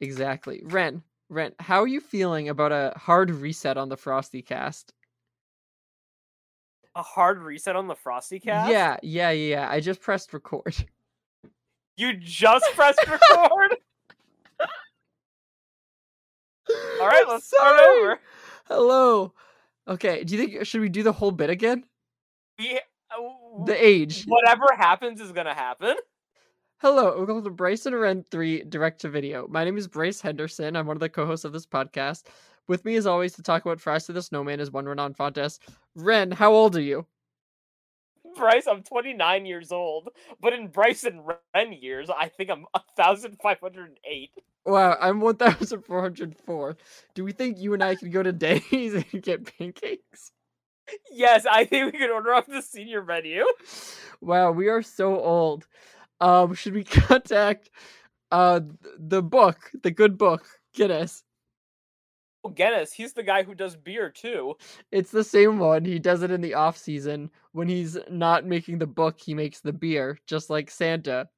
Exactly. Ren, Ren, how are you feeling about a hard reset on the Frosty cast? A hard reset on the Frosty cast? Yeah, yeah, yeah. I just pressed record. You just pressed record? All right, I'm let's start sorry. over. Hello. Okay, do you think should we do the whole bit again? We, uh, The age. whatever happens is gonna happen. Hello, welcome to Bryce and Ren 3 Direct to Video. My name is Bryce Henderson. I'm one of the co-hosts of this podcast. With me as always to talk about Frost to the Snowman is one Renan Fontes. Ren, how old are you? Bryce, I'm 29 years old, but in Bryce and Ren years, I think I'm 1,508. Wow, I'm 1,404. Do we think you and I could go to Denny's and get pancakes? Yes, I think we can order off the senior menu. Wow, we are so old. Um, should we contact uh th- the book, the good book, Guinness? Oh, Guinness, he's the guy who does beer too. It's the same one. He does it in the off season when he's not making the book. He makes the beer, just like Santa.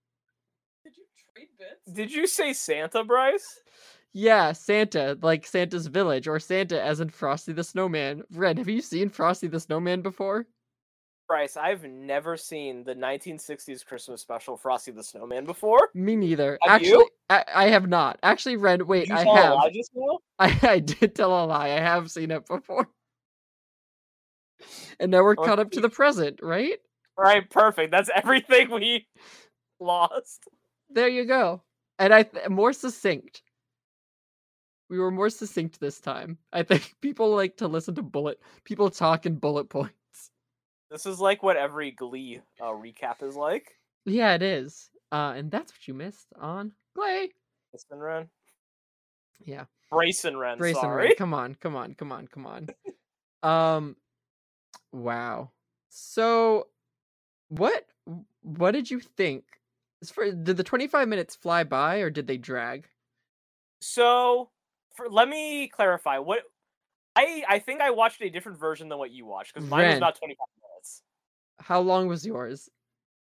Did you trade bits? Did you say Santa, Bryce? Yeah, Santa, like Santa's village, or Santa as in Frosty the Snowman. Red, have you seen Frosty the Snowman before? Bryce, I've never seen the 1960s Christmas special Frosty the Snowman before. Me neither. Have Actually, you? I, I have not. Actually, Red, wait, You I saw it have. live just now? I, I did tell a lie. I have seen it before. And now we're Oh, caught up to geez. the present, right? All right, perfect. That's everything we lost. There you go. And I th- more succinct. We were more succinct this time. I think people like to listen to bullet. People talk in bullet points. This is like what every Glee uh, recap is like. Yeah, it is. Uh, and that's what you missed on Clay. Brace and Ren. Yeah. Brace and Ren. Grayson, sorry. Ray, come on, come on, come on, come on. Um, wow. So, what what did you think? As far- Did the twenty five minutes fly by, or did they drag? So, for, let me clarify. What I I think I watched a different version than what you watched because mine was Ren. about 25 minutes. How long was yours?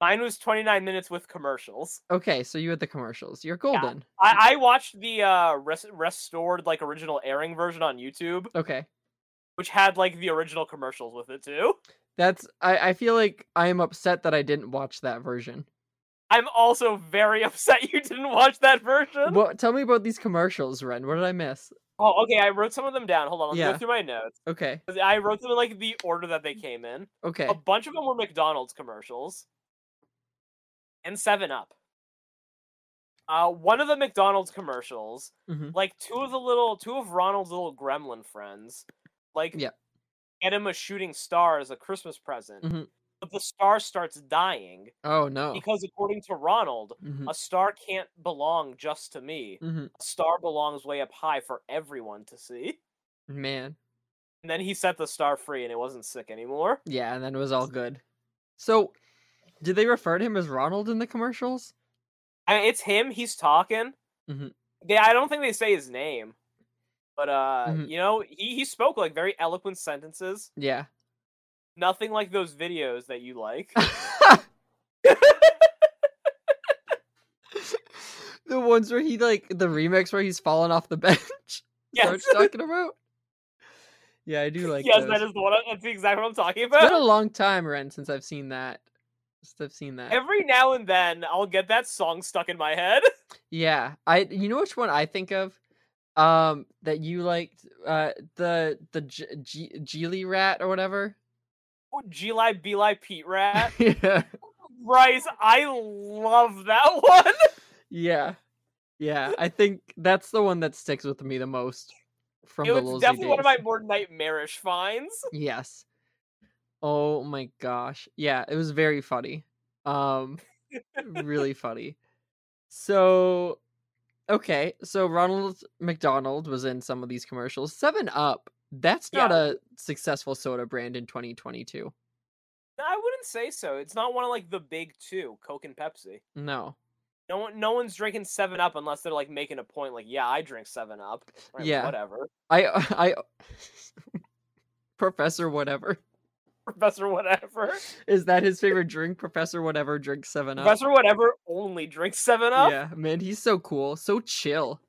Mine was 29 minutes with commercials. Okay, so you had the commercials. You're golden. I, I watched the uh, res- restored like original airing version on YouTube, Okay, which had like the original commercials with it too. that's. I I feel like I am upset that I didn't watch that version. I'm also very upset you didn't watch that version. Well, tell me about these commercials, Ren. What did I miss? Oh, okay. I wrote some of them down. Hold on, let's Yeah. go through my notes. Okay, 'Cause I wrote them in like the order that they came in. okay. A bunch of them were McDonald's commercials, and Seven Up. Uh, one of the McDonald's commercials, Mhm. like two of the little, two of Ronald's little gremlin friends, like Yep. get him a shooting star as a Christmas present, Mhm. but the star starts dying Oh no. because, according to Ronald, hmm a star can't belong just to me. hmm A star belongs way up high for everyone to see. Man. And then he set the star free, and it wasn't sick anymore. Yeah, and then it was all good. So, did they refer to him as Ronald in the commercials? I mean, it's him. He's talking. Mhm. They, I don't think they say his name, but uh, Mhm. you know, he he spoke like very eloquent sentences. Yeah. Nothing like those videos that you like. the ones where he like the remix where he's falling off the bench. Is that yes, what you're talking about? Yeah, I do like yes, those. that is the one. That's exactly what I'm talking It's been about. a long time, Ren, since I've seen that. Since I've seen that. Every now and then, I'll get that song stuck in my head. Yeah, I. You know which one I think of? Um, that you liked. Uh, the the G- G- Geely rat or whatever. Oh, G-Li, B-Li, Pete Rat. yeah. Rice, I love that one. Yeah. Yeah. I think that's the one that sticks with me the most from it the was Lilzy definitely one of my days. more nightmarish finds. Yes. Oh my gosh. Yeah, it was very funny. Um really funny. So okay, so Ronald McDonald was in some of these commercials. 7 Up. That's not Yeah. a successful soda brand in 2022. No, I wouldn't say so. It's not one of like the big two, Coke and Pepsi. No. No one, no one's drinking Seven Up unless they're like making a point, like, yeah, I drink Seven Up. Right, Yeah. whatever, I I Professor whatever. Professor Whatever. Is that his favorite drink? Professor whatever drinks 7 Up. Professor Whatever only drinks Seven Up. Yeah, man, he's so cool, so chill.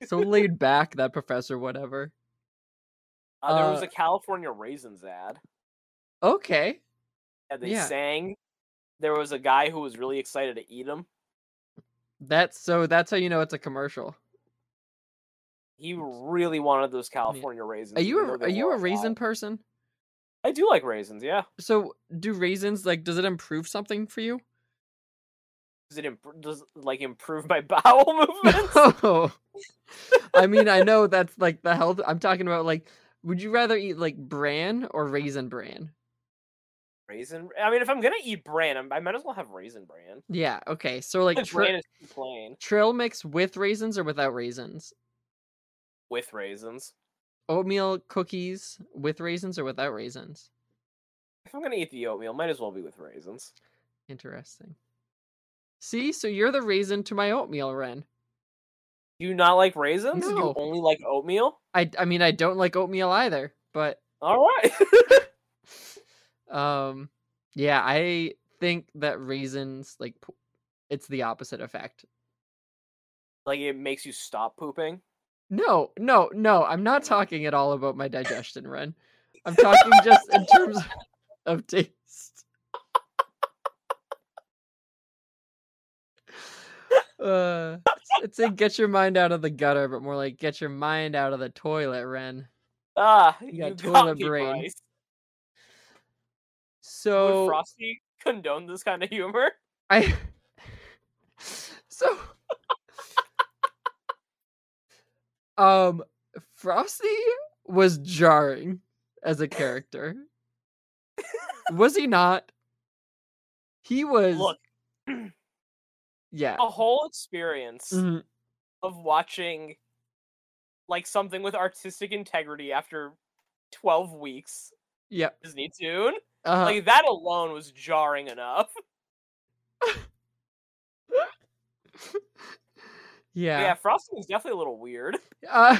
So laid back that professor, whatever. Uh, there was Uh, a California Raisins ad. Okay. and they yeah. sang. There was a guy who was really excited to eat them. That's so that's how you know it's a commercial. He really wanted those California raisins. Are you even a, though are they you were a fly. raisin person? I do like raisins. Yeah. So do raisins like does it improve something for you? Does it imp- does it, like improve my bowel movements? No. I mean, I know that's like the health I'm talking about like would you rather eat like bran or raisin bran? raisin. I mean, if I'm gonna eat bran, I'm, I might as well have raisin bran. Yeah, okay. So like Like bran tra- is too plain trail mix with raisins or without raisins? with raisins. Oatmeal cookies with raisins or without raisins? If I'm gonna eat the oatmeal, might as well be with raisins. Interesting. See, so you're the raisin to my oatmeal, Ren. Do you not like raisins? No. You only like oatmeal. I I mean I don't like oatmeal either, but All right. um yeah, I think that raisins like p- it's the opposite effect. like it makes you stop pooping. No, no, no, I'm not talking at all about my digestion, Ren. I'm talking just in terms of taste. Uh, I'd say get your mind out of the gutter, but more like get your mind out of the toilet, Ren. Ah, You got toilet me, brain. Bryce. So Would Frosty condone this kind of humor? I so um Frosty was jarring as a character. was he not? He was Look, yeah. a whole experience mhm, of watching like something with artistic integrity after 12 weeks yeah. Disney Tune. Uh, Like that alone was jarring enough. Yeah, yeah. Frosty was definitely a little weird. Uh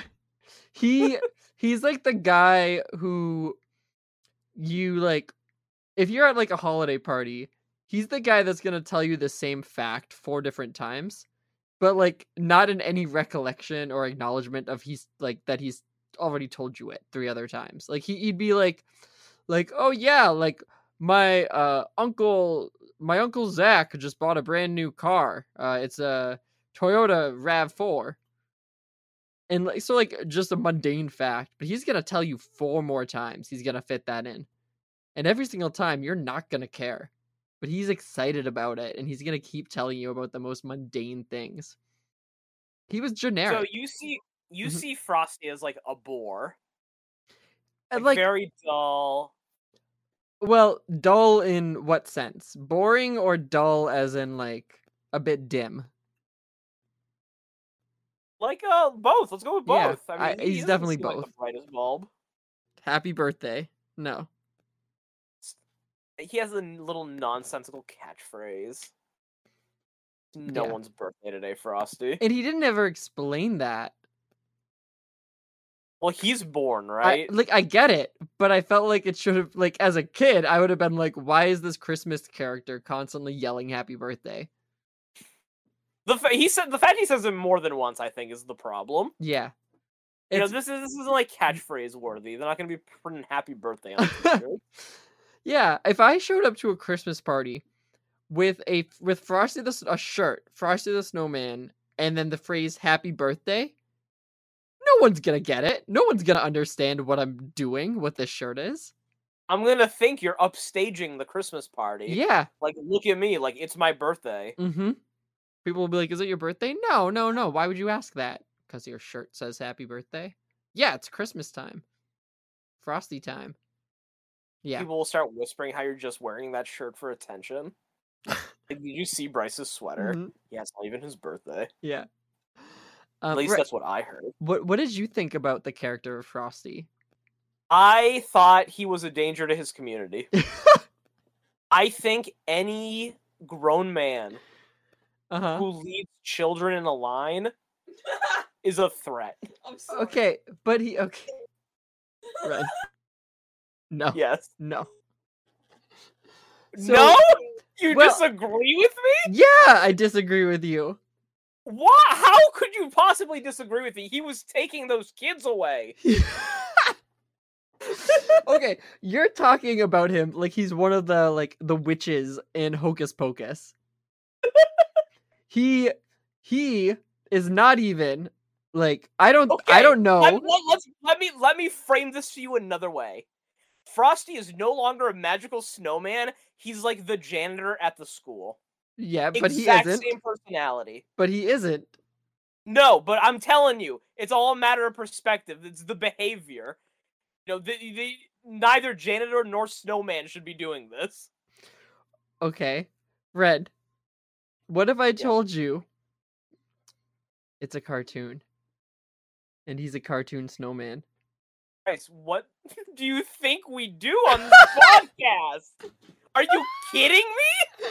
he he's like the guy who you like if you're at like a holiday party, he's the guy that's gonna tell you the same fact four different times, but like not in any recollection or acknowledgement of he's like that he's already told you it three other times. Like he, he'd be like, like oh yeah, like my uh uncle my uncle Zach just bought a brand new car. Uh, it's a Toyota Rav Four. And like so, like just a mundane fact, but he's gonna tell you four more times. He's gonna fit that in. And every single time, you're not going to care. But he's excited about it and he's going to keep telling you about the most mundane things. He was generic. So you see you Mhm. see Frosty as like a bore. and, like Uh, like, very dull. well, dull in what sense? Boring or dull as in, like, a bit dim? Like uh both. Let's go with Yeah, both. I I- mean, he he's doesn't definitely seem like the both. brightest bulb. Happy birthday. No. Eh, He has a n- little nonsensical catchphrase. No Yeah. one's birthday today, Frosty. And he didn't ever explain that. Well, he's born, I- right? like I get it, but I felt like it should have like as a kid, I would have been like, why is this Christmas character constantly yelling happy birthday? the fa- he said the fact he says it more than once, I think, is the problem. Yeah. You know, It's- Mm. this is this isn't like catchphrase worthy. They're not going to be printing "Happy Birthday" on t-shirts. Yeah, if I showed up to a Christmas party with a with Frosty the S- a shirt, Frosty the Snowman, and then the phrase "Happy Birthday," no one's gonna get it. No one's gonna understand what I'm doing, what this shirt is. I'm going to think you're upstaging the Christmas party. Yeah, Like, look at me, like it's my birthday. mm-hmm. People will be like, "Is it your birthday?" No, no, no. Why would you ask that? Because your shirt says "Happy Birthday." Yeah, it's Christmas time, Frosty time. Yeah, People will start whispering how you're just wearing that shirt for attention. like, did you see Bryce's sweater? mhm, Yeah, it's not even his birthday. yeah. At Um, least Ra- that's what I heard. What What did you think about the character of Frosty? I thought he was a danger to his community. I think any grown man Uh huh. who leads children in a line is a threat. I'm Oh, sorry. Okay, but he okay. Ren. No, Yes. no. no? So- You well- disagree with me? Yeah, I disagree with you. What? How could you possibly disagree with me? He was taking those kids away. okay, you're talking about him like he's one of the like the witches in Hocus Pocus. he he is not even like I don't I Okay, don't know. Let, let, let me let me frame this to you another way. Frosty is no longer a magical snowman. He's like the janitor at the school. yeah, but he exact isn't. same personality. But he isn't. No, but I'm telling you, it's all a matter of perspective. It's the behavior. You know, the, the neither janitor nor snowman should be doing this. Okay. Red. What if I Yes. told you it's a cartoon? And he's a cartoon snowman. Guys, what do you think we do on this podcast? Are you kidding me?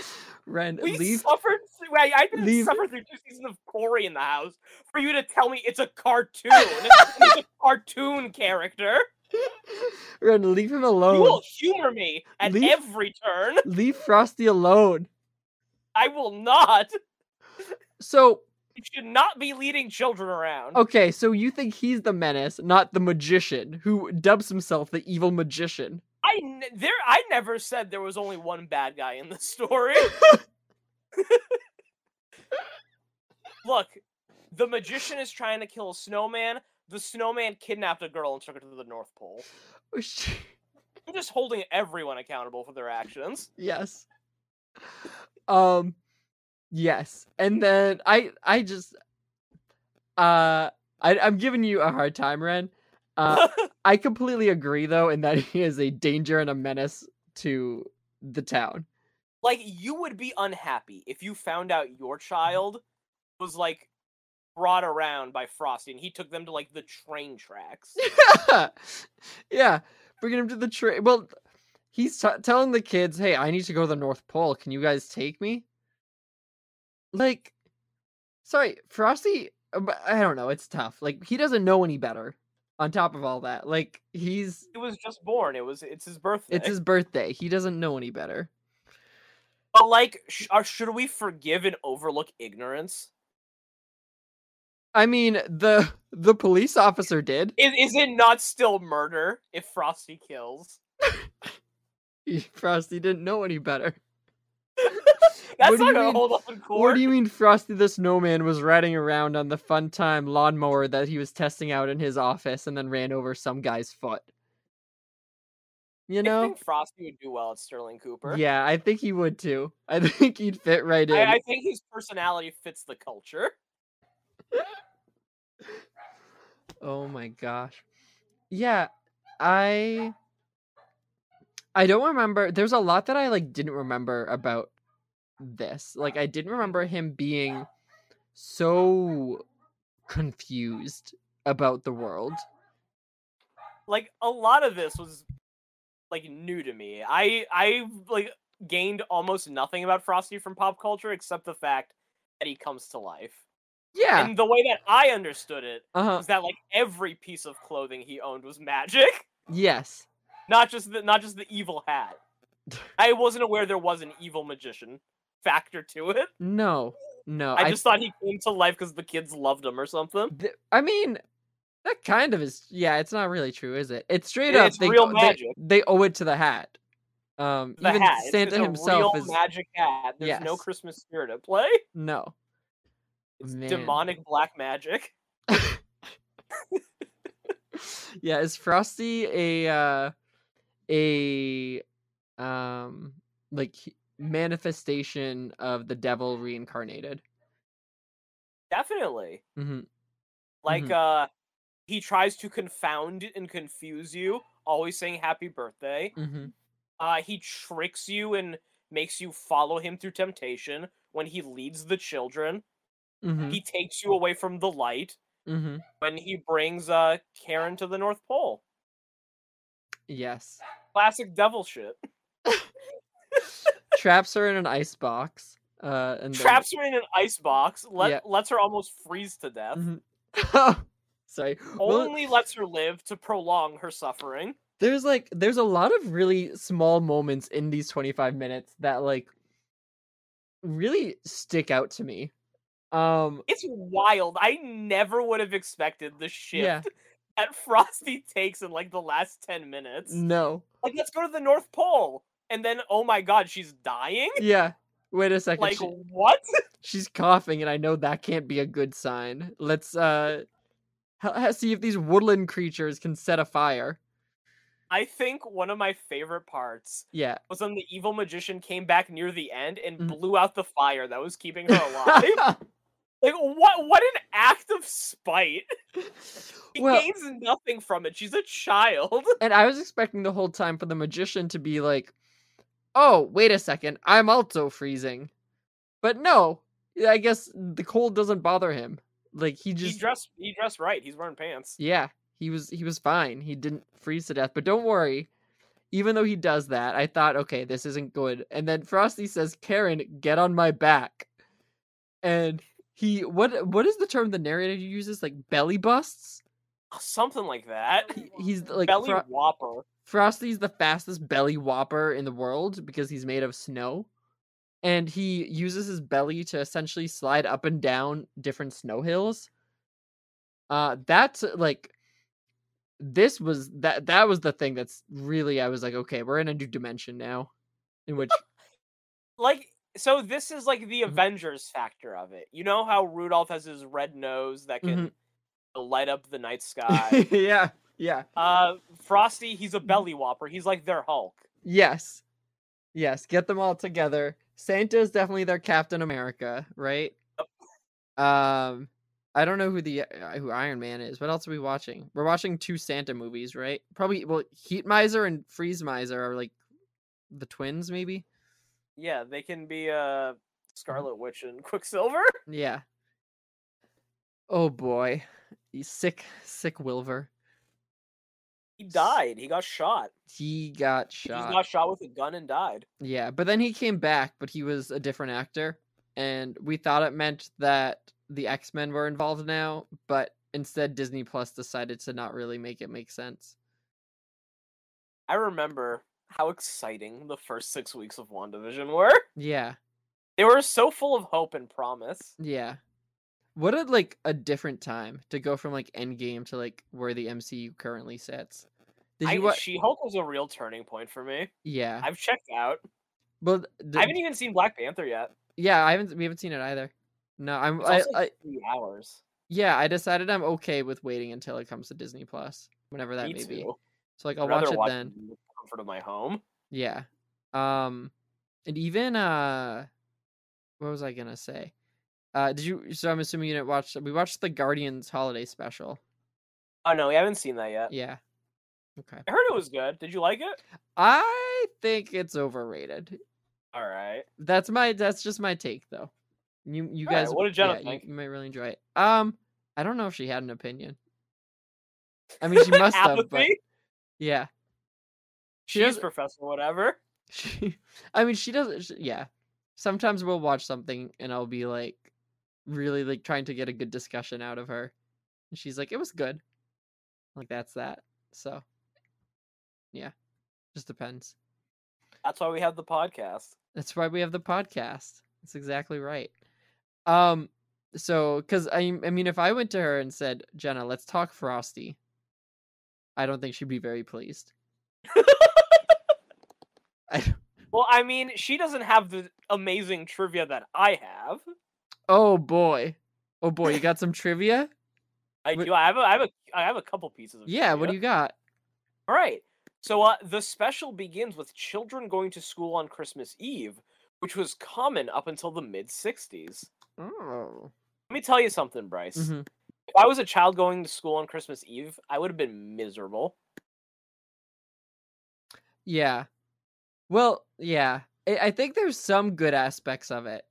Red, We leave suffered. through- I, I didn't leave- suffer through two seasons of Corey in the house for you to tell me it's a cartoon. it's a cartoon character. Red, leave him You alone. will humor me at Oh. Leave- every turn. Leave Frosty alone. I will not. So You should not be leading children around. okay, so you think he's the menace, not the magician, who dubs himself the evil magician. I n- there I never said there was only one bad guy in the story. Look, the magician is trying to kill a snowman. The snowman kidnapped a girl and took her to the North Pole. Oh, I'm just holding everyone accountable for their actions. yes. Um yes. And then I I just uh I I'm giving you a hard time, Ren. Uh I completely agree though in that he is a danger and a menace to the town. like you would be unhappy if you found out your child was like brought around by Frosty and he took them to like the train tracks. yeah, bringing him to the train. Well, he's t- telling the kids, "Hey, I need to go to the North Pole. Can you guys take me?" Like, sorry, Frosty. uh, but I don't know. It's tough. Like he doesn't know any better. On top of all that, like he's He was just born. It was it's his birthday. it's his birthday. He doesn't know any better. But like, sh- are, should we forgive and overlook ignorance? I mean, the the police officer did. Is is it not still murder if Frosty kills? Frosty didn't know any better. That's What do not you gonna mean- hold up in What court. do you mean Frosty the Snowman was riding around on the fun time lawnmower that he was testing out in his office and then ran over some guy's foot? You I know? think Frosty would do well at Sterling Cooper. Yeah, I think he would too. I think he'd fit right in. I, I think his personality fits the culture. Oh my gosh. Yeah, I I don't remember. There's a lot that I like didn't remember about this. Like I didn't remember him being so confused about the world. like a lot of this was like new to me. I I like gained almost nothing about Frosty from pop culture except the fact that he comes to life. Yeah. And the way that I understood it Uh-huh. was that like every piece of clothing he owned was magic, Yes. not just the not just the evil hat. I wasn't aware there was an evil magician factor to it. No. No. I just thought he came to life because the kids loved him or something. th- I mean, that kind of is. Yeah, it's not really true, is it? It's straight Yeah, up. it's they, real they- magic. They, owe it to the hat. Um, The even hat. it's- Santa it's a himself real is magic hat. There's no Yes. Christmas spirit at play. no. It's Man. demonic black magic. Yeah, is Frosty a uh, a um like he- manifestation of the devil reincarnated? Definitely. hmm Like Mhm. uh he tries to confound and confuse you, always saying happy birthday. hmm Uh he tricks you and makes you follow him through temptation when he leads the children. hmm He takes you away from the light hmm when he brings uh Karen to the North Pole. Yes. Classic devil shit. Traps her in an ice box. Uh, and then- Traps her in an ice box, let Yeah. lets her almost freeze to death. Mhm. Sorry. Well, Only lets her live to prolong her suffering. there's like there's a lot of really small moments in these 25 minutes that like really stick out to me. Um, It's wild. I never would have expected the shift Yeah. that Frosty takes in like the last 10 minutes. no. Like, let's go to the North Pole. And then, oh my god, she's dying? Yeah. Wait a second. Like, she- what? she's coughing, and I know that can't be a good sign. Let's uh, he- see if these woodland creatures can set a fire. I think one of my favorite parts Yeah. was when the evil magician came back near the end and Mhm. blew out the fire that was keeping her alive. like, what? What an act of spite! He well, gains nothing from it. She's a child. and I was expecting the whole time for the magician to be like, "Oh, wait a second, I'm also freezing," but no. I guess the cold doesn't bother him. Like he he just dressed. He dressed right. He's wearing pants. Yeah, he was he was fine. He didn't freeze to death. But don't worry. Even though he does that, I thought, okay, this isn't good. And then Frosty says, "Karen, get on my back." And he what what is the term the narrator uses? Like belly busts. Something like that. He- He's like Belly Fro- whopper. Frosty's the fastest belly whopper in the world because he's made of snow. And he uses his belly to essentially slide up and down different snow hills. Uh that's like this was that that was the thing that's really I was like, okay, we're in a new dimension now. In which Like so. This is like the Mhm. Avengers factor of it. You know how Rudolph has his red nose that can Mm-hmm. light up the night sky. Yeah, yeah. uh, Frosty, he's Mm-hmm. a belly whopper. He's like their Hulk. Yes. Yes, get them all together. Santa is definitely their Captain America, right? Um I don't know who the uh, who Iron Man is. What else are we watching? We're watching two Santa movies, right? Probably well Heat Miser and Freeze Miser are like the twins maybe. Yeah, they can be uh Mm-hmm. Scarlet Witch and Quicksilver. Yeah. Oh boy. You sick sick Wilver. He died. He got shot. He got He shot. got shot with a gun and died. Yeah, but then he came back, but he was a different actor, and we thought it meant that the X Men were involved now, but instead Disney Plus decided to not really make it make sense. I remember how exciting the first six weeks of WandaVision were. Yeah, They were so full of hope and promise. yeah. What a like a different time to go from like Endgame to like where the MCU currently sits. Did I, you Uh, watch? She Hulk was a real turning point for me. Yeah, I've checked out. well, the- I haven't even seen Black Panther yet. yeah, I haven't. We haven't seen it either. No, I'm. It's I, also I, three hours. yeah, I decided I'm okay with waiting until it comes to Disney Plus, whenever that me may too. be. So like, I'll I'd watch rather it watch then. in the comfort of my home. Yeah. Um and even uh what was I gonna say? Uh did you so I'm assuming you didn't watch we watched the Guardians holiday special. Oh no, we haven't seen that yet. Yeah. Okay. I heard it was good. Did you like it? I think it's overrated. All right. That's my that's just my take though. You you All right, guys what did Jenna yeah, you- think? You, might really enjoy it. Um I don't know if she had an opinion. I mean she must have, but Apathy? yeah. She She's does Professor whatever. She, I mean, she doesn't. sh yeah, sometimes we'll watch something and I'll be like, really like trying to get a good discussion out of her, and she's like, "It was good." Like that's that. So, yeah, just depends. That's why we have the podcast. That's why we have the podcast. That's exactly right. Um, so because I, I mean, if I went to her and said, "Jenna, let's talk Frosty," I don't think she'd be very pleased. I don't- Well, I mean, she doesn't have the amazing trivia that I have. Oh boy. Oh boy, you got some trivia? I Wait- do. I have a. I have a. I have a couple pieces of. Yeah, what do you trivia. got? All right. So uh, the special begins with children going to school on Christmas Eve, which was common up until the mid '60s. Oh. Let me tell you something, Bryce. Mm-hmm. If I was a child going to school on Christmas Eve, I would have been miserable. Yeah. Well, yeah. I, I think there's some good aspects of it.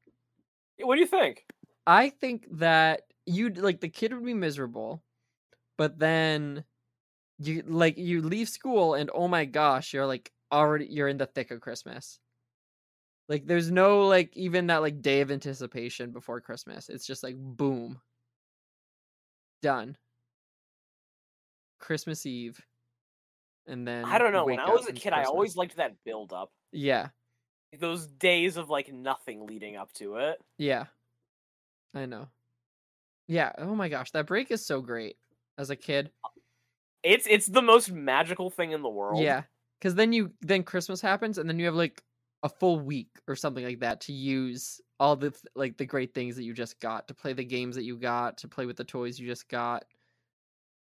What do you think? I think that you'd like the kid would be miserable, but then you like you leave school and oh my gosh, you're like already you're in the thick of Christmas. Like there's no like even that like day of anticipation before Christmas. It's just like boom. Done. Christmas Eve. And then I don't know. When wake I up was a and kid, I always Christmas. liked that build up. Yeah. Those days of like nothing leading up to it. Yeah. I know. Yeah. Oh my gosh, that break is so great. As a kid, It's it's the most magical thing in the world. yeah, because then you then Christmas happens, and then you have like a full week or something like that to use all the th- like the great things that you just got to play the games that you got to play with the toys you just got.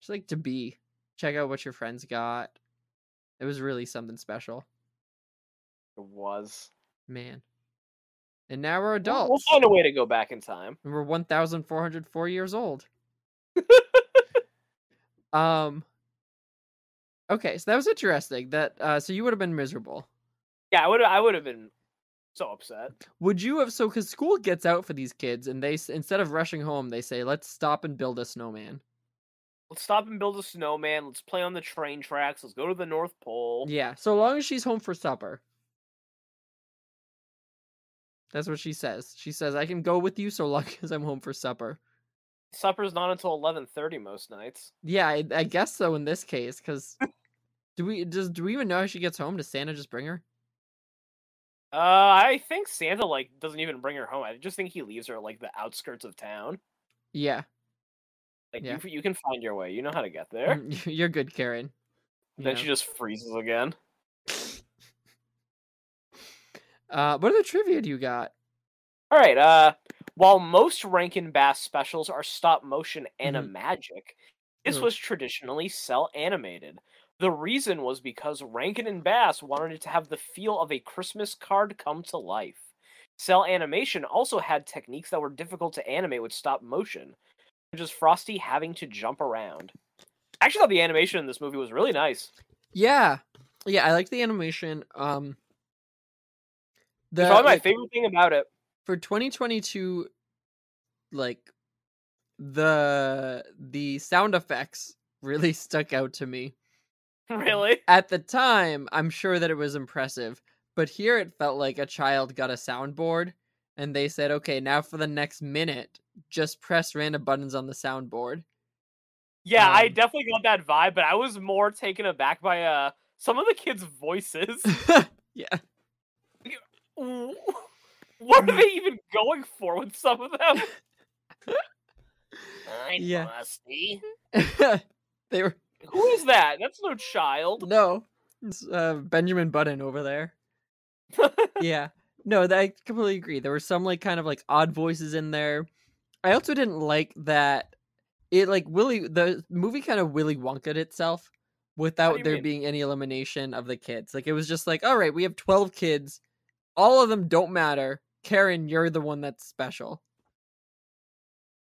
Just like to be, check out what your friends got. It was really something special, It was. man. And now we're We'll- adults. We'll find a way to go back in time. and we're 1404 years old um okay so that was interesting that uh so you would have been miserable Yeah, I would I would have been so upset. would you have so because school gets out for these kids and they s- instead of rushing home they say let's stop and build a snowman Let's stop and build a snowman. Let's play on the train tracks. Let's go to the North Pole. yeah so long as she's home for supper that's what she says she says i can go with you so long as i'm home for supper Supper's not until eleven thirty most nights. yeah i, I guess so in this case because do we does do we even know how she gets home does santa just bring her Uh, I think Santa like doesn't even bring her home. I just think he leaves her at, like the outskirts of town. yeah Like Yeah. you, f- you can find your way. You know how to get there. Mm, You're good, Karen. You Then know. she just freezes again. Uh, what other trivia do you got? All right. Uh, while most Rankin Bass specials are stop motion animagic, this Mhm. was traditionally cell animated. The reason was because Rankin and Bass wanted it to have the feel of a Christmas card come to life. Cell animation also had techniques that were difficult to animate with stop motion, such as Frosty having to jump around. I actually thought the animation in this movie was really nice. Yeah, yeah, I like the animation. Um, the It's probably my like, favorite thing about it. for 2022, like the the sound effects really stuck out to me. Really? At the time, I'm sure that it was impressive, but here it felt like a child got a soundboard and they said, "Okay, now for the next minute, just press random buttons on the soundboard." Yeah, I Um, definitely got that vibe, but I was more taken aback by uh some of the kids' voices. Wh- what Mm. are they even going for with some of them? Yeah. Frosty. they were Who is that? That's no child. No, it's uh, Benjamin Button over there. yeah, no, that, I completely agree. There were some like kind of like odd voices in there. I also didn't like that it like Willy. The movie kind of Willy Wonked itself you without there mean? being any elimination of the kids. Like it was just like, all right, we have twelve kids, all of them don't matter. Karen, you're the one that's special.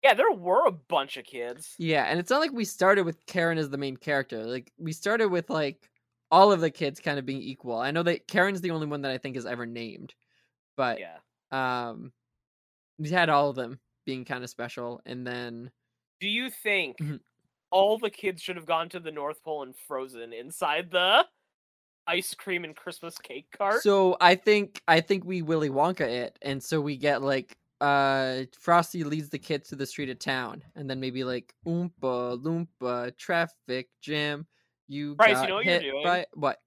Yeah, there were a bunch of kids. Yeah, and it's not like we started with Karen as the main character. Like we started with like all of the kids kind of being equal. I know that Karen's the only one that I think is ever named, but Yeah. um, we had all of them being kind of special, and then Do you think Mhm. all the kids should have gone to the North Pole and frozen inside the ice cream and Christmas cake cart? so I think I think we Willy Wonka it, and so we get like uh Frosty leads the kids to the street of town, and then maybe like Oompa Loompa traffic jam. You Bryce, you got know what you're hit doing? by what?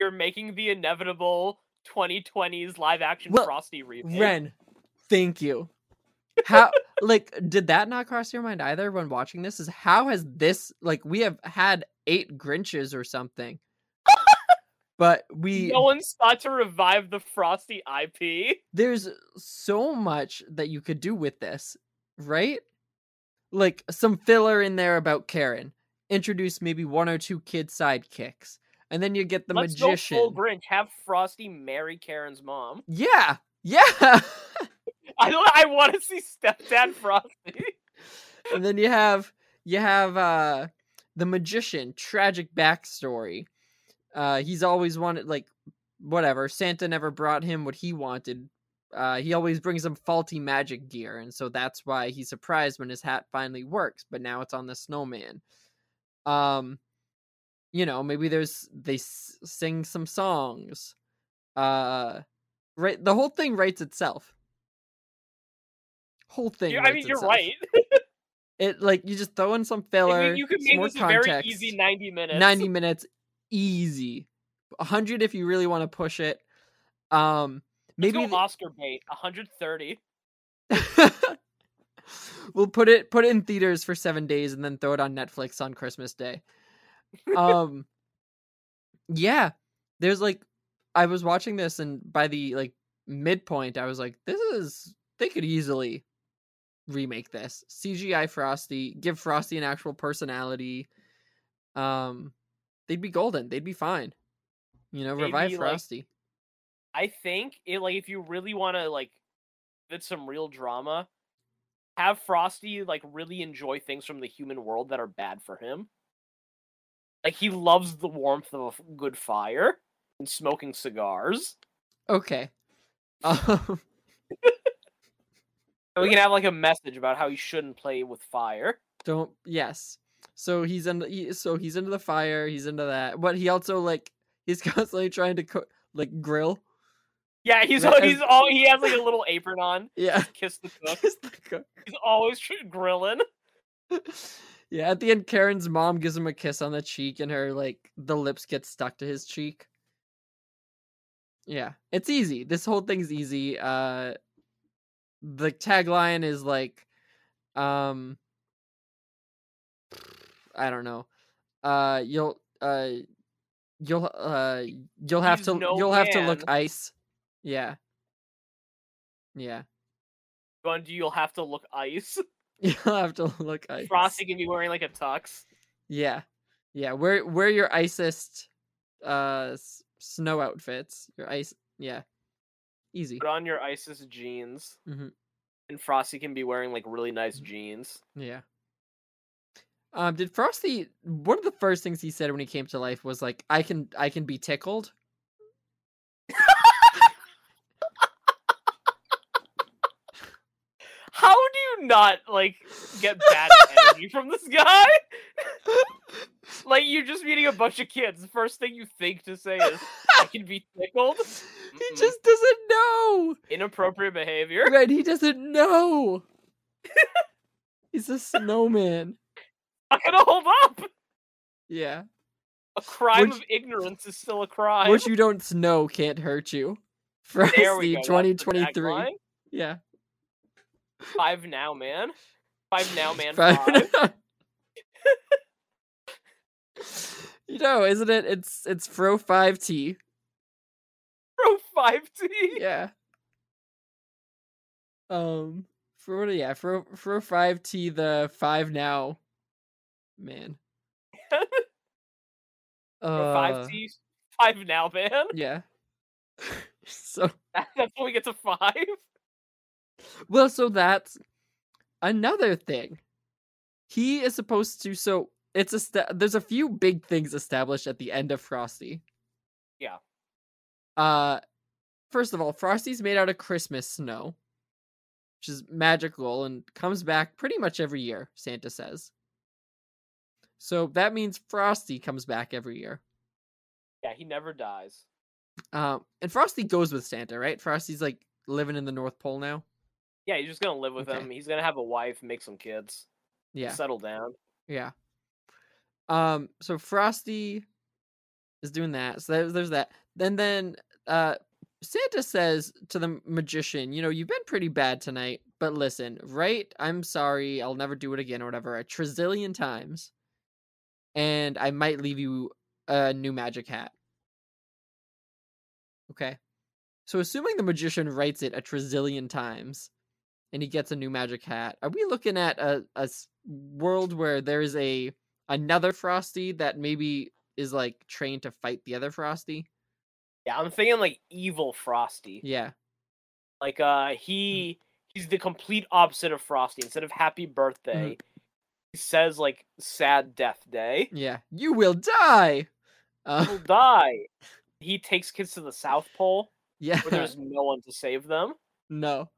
You're making the inevitable 2020s live action Well, Frosty remake. Ren, thank you. How like did that not cross your mind either when watching this? Is how has this like we have had eight Grinches or something, but we No one's thought to revive the Frosty IP. there's so much that you could do with this, right? Like some filler in there about Karen. Introduce maybe one or two kid sidekicks, and then you get the Let's magician. go full Grinch. Have Frosty marry Karen's mom. yeah, yeah. I lo- I want to see stepdad Frosty. and then you have you have uh the magician tragic backstory uh he's always wanted like whatever santa never brought him what he wanted uh he always brings him faulty magic gear and so that's why he's surprised when his hat finally works but now it's on the snowman um you know maybe there's they s- sing some songs uh right the whole thing writes itself whole thing You- I writes mean, you're itself right. it like you just throw in some I filler, mean, you could some make more this a context. very easy 90 minutes. Ninety minutes, easy. hundred if you really want to push it. Um, Let's maybe go Oscar bait. 130. the- we'll put it put it in theaters for seven days and then throw it on Netflix on Christmas Day. Um, yeah, there's like, I was watching this and by the like midpoint, I was like, this is they could easily remake this CGI Frosty, give Frosty an actual personality. Um, they'd be golden. They'd be fine. You know, They'd revive be, like, Frosty. I think it like if you really want to like get some real drama, have Frosty like really enjoy things from the human world that are bad for him. Like he loves the warmth of a f- good fire and smoking cigars. Okay. Um, And we can have like a message about how he shouldn't play with fire. don't yes. So he's in he, so he's into the fire, he's into that. But he also like he's constantly trying to co- like grill. Yeah, he's Right, he's and- all he has like a little apron on. Yeah. Kiss the cook. He's the cook. He's always tr- grilling. yeah, at the end Karen's mom gives him a kiss on the cheek and her like the lips get stuck to his cheek. Yeah. It's easy. This whole thing's easy. Uh the tagline is like um I don't know. Uh you'll uh you'll uh you'll have He's to no you'll have to look man. ice. Yeah. Yeah. Bundy, you'll have to look ice. You'll have to look ice. Frosty can be wearing like a tux. Yeah. Yeah. Wear wear your icest uh s- snow outfits. Your ice yeah. Easy. put on your ISIS jeans, Mhm. and Frosty can be wearing like really nice jeans. Yeah. Um did Frosty one of the first things he said when he came to life was like I can I can be tickled. How do you not like get bad energy from this guy? like you're just meeting a bunch of kids. The first thing you think to say is, "I can be tickled." He Mm-mm. just doesn't know. Inappropriate behavior. Right, he doesn't know. He's a snowman. I'm gonna hold up. Yeah. A crime Which- of ignorance is still a crime. What you don't know can't hurt you. Frosty there we go. that's the 2023. tagline. Yeah. Five now, man. Five now, man. Five five. you know, isn't it? It's it's Fro Five T. Pro five T. Yeah. Um. For what? Yeah. Fro Fro Five T. The five now. Man. Uh, Five T. Five now, man. Yeah. so That- That's when we get to five. well, so that's another thing. He is supposed to. So it's a. there's a few big things established at the end of Frosty. Yeah. Uh, first of all, Frosty's made out of Christmas snow, which is magical and comes back pretty much every year. Santa says. So that means Frosty comes back every year. Yeah, he never dies. Um, and Frosty goes with Santa, right? Frosty's like living in the North Pole now. Yeah, he's just gonna live with Okay. him. He's gonna have a wife, make some kids, Yeah. settle down. Yeah. Um. So Frosty is doing that. So there's, there's that. Then then uh, Santa says to the magician, you know, you've been pretty bad tonight, but listen, right? I'm sorry. I'll never do it again or whatever. A trizillion times, and I might leave you a new magic hat. Okay. So assuming the magician writes it a trizillion times, and he gets a new magic hat. Are we looking at a, a s- world where there is a another Frosty that maybe is like trained to fight the other Frosty? Yeah, I'm thinking like evil Frosty. Yeah, Like uh he Mm-hmm. he's the complete opposite of Frosty. Instead of happy birthday, Mm-hmm. he says like sad death day. yeah. You will die. Uh, He'll die. He takes kids to the South Pole yeah. where there's no one to save them. No.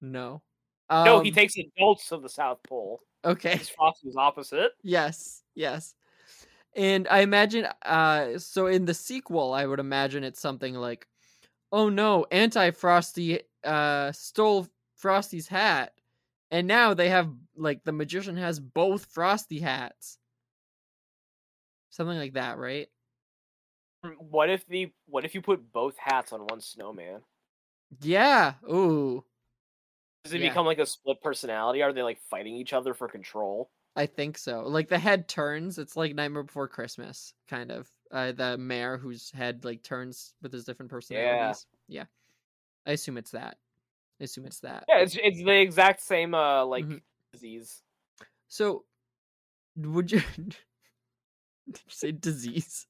No. Um, no, he takes adults to the South Pole. Okay. He's Frosty's opposite. Yes. Yes. And I imagine, uh, so in the sequel, I would imagine it's something like, "Oh no, Anti Frosty uh stole Frosty's hat, and now they have like the magician has both Frosty hats." Something like that, right? What if the what if you put both hats on one snowman? Yeah. Ooh. Does it Yeah. become like a split personality? Are they like fighting each other for control? I think so. Like the head turns. It's like Nightmare Before Christmas, kind of. Uh, the mayor whose head like turns with his different personalities. Yeah. I assume it's that. I assume it's that. Yeah, it's it's the exact same uh like Mhm. disease. So, would you, did you say disease?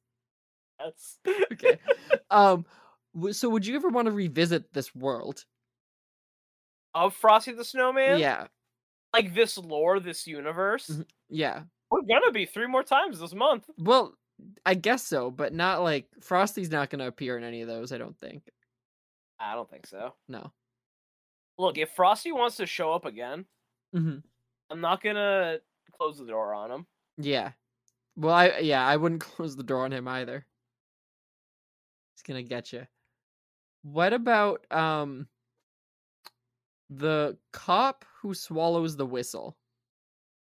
That's Okay. um. w- So, would you ever want to revisit this world? of Frosty the Snowman. Yeah. like this lore, this universe. Mhm. Yeah. We're gonna be three more times this month. Well, I guess so, but not like Frosty's not going to appear in any of those. I don't think. I don't think so. No. Look, if Frosty wants to show up again, hmm I'm not gonna close the door on him. Yeah. Well, I yeah, I wouldn't close the door on him either. He's gonna get you. What about um the cop who swallows the whistle?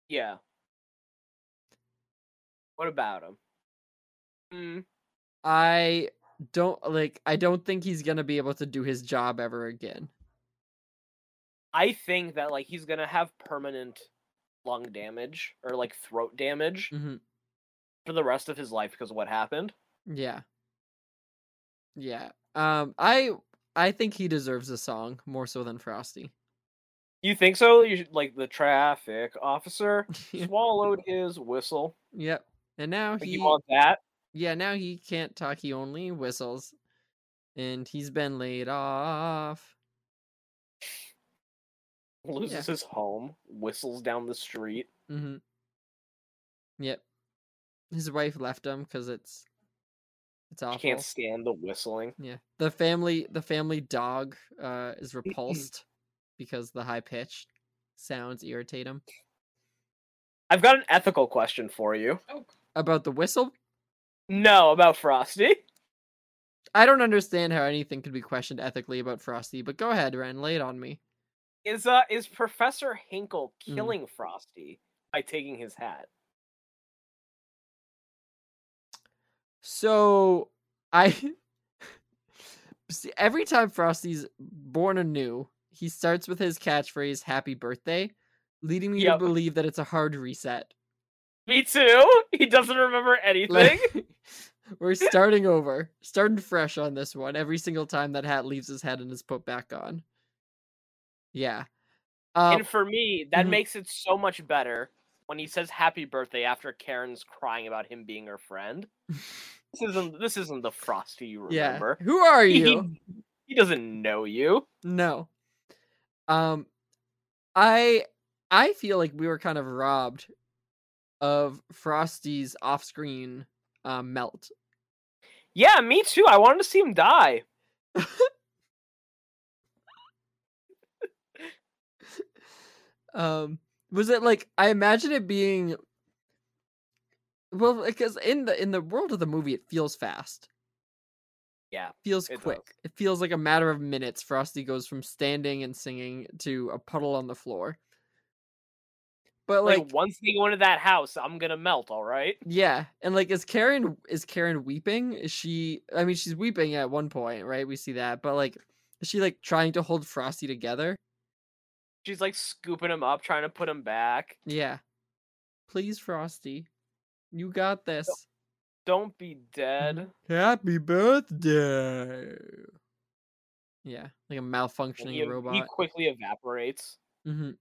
Yeah. What about him? Mm, I don't like. I don't think he's gonna be able to do his job ever again. I think that like he's gonna have permanent lung damage or like throat damage hmm for the rest of his life because of what happened. Yeah. Yeah. Um. I I think he deserves a song more so than Frosty. You think so? You should, like the traffic officer swallowed his whistle. yep. And now Like, he You want that? yeah, now he can't talk. He only whistles, and he's been laid off. Loses his home, whistles down the street. Mm-hmm. Yep, his wife left him because it's it's She awful. can't stand the whistling. Yeah, the family the family dog uh is repulsed because the high pitched sounds irritate him. I've got an ethical question for you. Oh, About the whistle, No, about Frosty. I don't understand how anything could be questioned ethically about Frosty. But go ahead, Ren, lay it on me. Is uh is Professor Hinkle Mhm. killing Frosty by taking his hat? So I see every time Frosty's born anew, he starts with his catchphrase "Happy Birthday," leading me Yep. to believe that it's a hard reset. Me too. He doesn't remember anything. Like, we're starting over, starting fresh on this one. Every single time that hat leaves his head and is put back on. Yeah. Um, and for me, that mhm. makes it so much better when he says happy birthday after Karen's crying about him being her friend. This isn't this isn't the Frosty you yeah. remember. Who are He- you? He, he doesn't know you. No. Um I I feel like we were kind of robbed of Frosty's off-screen uh, melt. Yeah, me too. I wanted to see him die. Um was it like I imagine it being well because in the in the world of the movie it feels fast. Yeah, Feels it does. quick. It feels like a matter of minutes Frosty goes from standing and singing to a puddle on the floor. But Like, like once they go into that house, I'm gonna melt. All right. Yeah, and like, is Karen is Karen weeping? Is she? I mean, she's weeping at one point, right? We see that, but like, is she like trying to hold Frosty together? She's like scooping him up, trying to put him back. Yeah. Please, Frosty, you got this. Don't be dead. Oh, Happy birthday. Yeah, like a And malfunctioning He, robot. he quickly evaporates. Mm-hmm.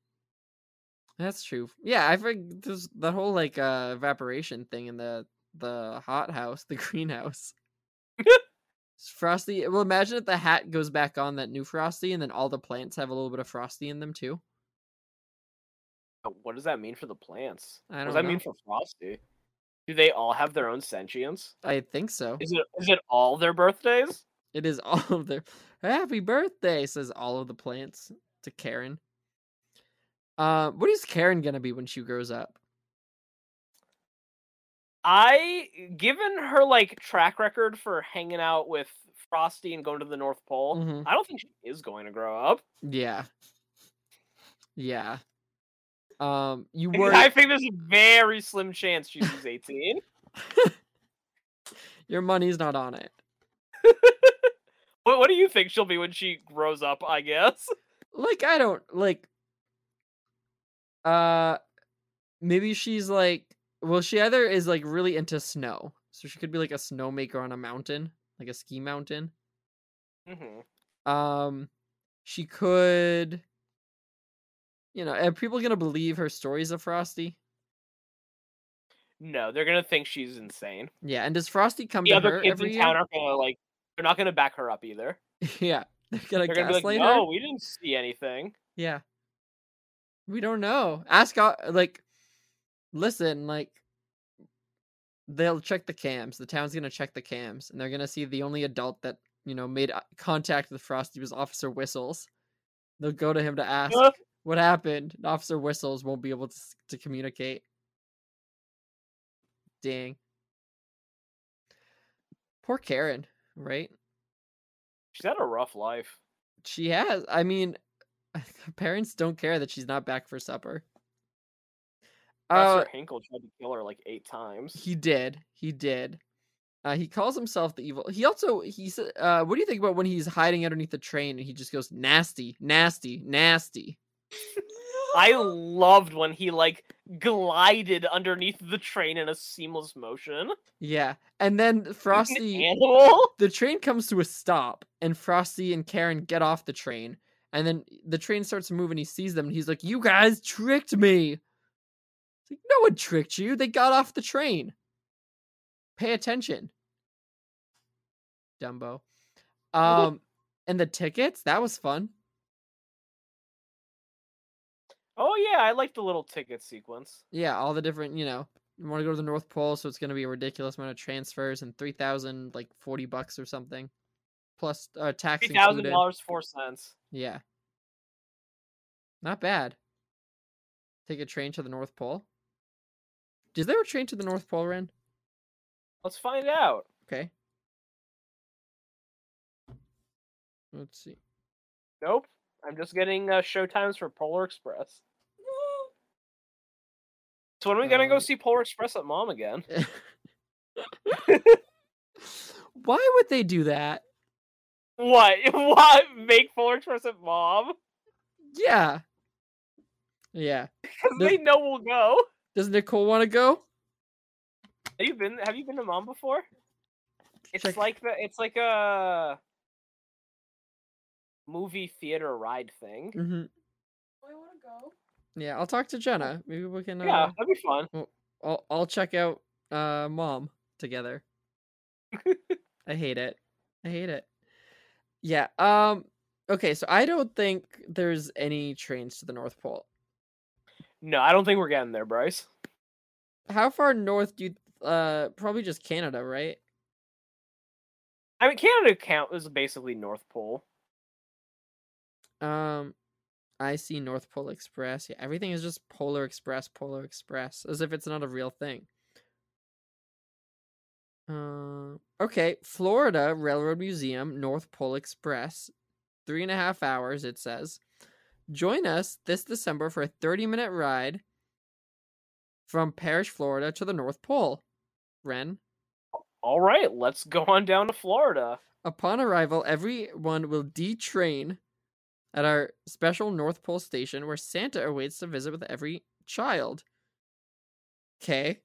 That's true. Yeah, I think there's that whole like uh evaporation thing in the the hot house, the greenhouse. It's frosty. Well, imagine if the hat goes back on that new frosty, and then all the plants have a little bit of frosty in them too. Uh, What does that mean for the plants? I what does don't that mean know. for Frosty? Do they all have their own sentience? I think so. Is it is it all their birthdays? It is all of their happy birthday says all of the plants to Karen. Uh, what is Karen gonna be when she grows up? I given her like track record for hanging out with Frosty and going to the North Pole, Mhm. I don't think she is going to grow up. Yeah, yeah. Um, you were. I think there's a very slim chance she's 18. Your money's not on it. what, what do you think she'll be when she grows up, I guess? like I don't like uh maybe she's like well she either is like really into snow. So she could be like a snowmaker on a mountain, like a ski mountain. hmm Um she could you know, are people going to believe her stories of Frosty? No, they're gonna think she's insane. Yeah, and does Frosty come The to other her kids every in year? town aren't gonna like. They're not gonna back her up either. yeah. They're going to They're gonna be like, gaslight her. "No, we didn't see anything." Yeah. We don't know. Ask out like listen, like they'll check the cams. The town's gonna check the cams, and they're gonna see the only adult that, you know, made eye- contact with Frosty was Officer Whistles. They'll go to him to ask Ugh. what happened. and Officer Whistles won't be able to s- to communicate. Dang. Poor Karen, right? She's had a rough life. She has. I mean, her parents don't care that she's not back for supper. Uh, Professor Hinkle tried to kill her like eight times. he did. He did. Uh, he calls himself the evil. He also he's. Uh, what do you think about when he's hiding underneath the train and he just goes nasty, nasty, nasty? I loved when he like glided underneath the train in a seamless motion. Yeah, and then Frosty, Animal. the train comes to a stop, and Frosty and Karen get off the train, and then the train starts to move, and he sees them, and he's like, "You guys tricked me." It's like no one tricked you. They got off the train. Pay attention, Dumbo. Um, and the tickets that was fun. Oh yeah, I like the little ticket sequence. Yeah, all the different, you know, you want to go to the North Pole, so it's going to be a ridiculous amount of transfers and 3000 like 40 bucks or something. Plus uh tax Three thousand included. dollars four cents. Yeah. Not bad. Take a train to the North Pole. Is there a train to the North Pole, Ren? Let's find out. Okay. Let's see. Nope. I'm just getting uh, show times for Polar Express. So when are we gonna go Um, see Polar Express at Mom again? Why would they do that? What? What? Make Polar Express at Mom? Yeah. Yeah. Because Does- they know we'll go. Does Nicole want to go? Have you been? Have you been to Mom before? It's Check. like the. It's like a movie theater ride thing. Mm-hmm. I want to go. Yeah, I'll talk to Jenna. Maybe we can. Uh, Yeah, that'd be fun. I'll I'll check out uh mom together. I hate it. I hate it. Yeah. Um. Okay. So I don't think there's any trains to the North Pole. No, I don't think we're getting there, Bryce. How far north do you? Uh, probably just Canada, right? I mean, Canada count is basically North Pole. Um, I see North Pole Express. Yeah, everything is just Polar Express, Polar Express, as if it's not a real thing. Uh, okay, Florida Railroad Museum, North Pole Express, three and a half hours. It says, join us this December for a thirty-minute ride from Parrish, Florida, to the North Pole. Ren, All right, let's go on down to Florida. Upon arrival, everyone will detrain at our special North Pole station where Santa awaits to visit with every child. Okay.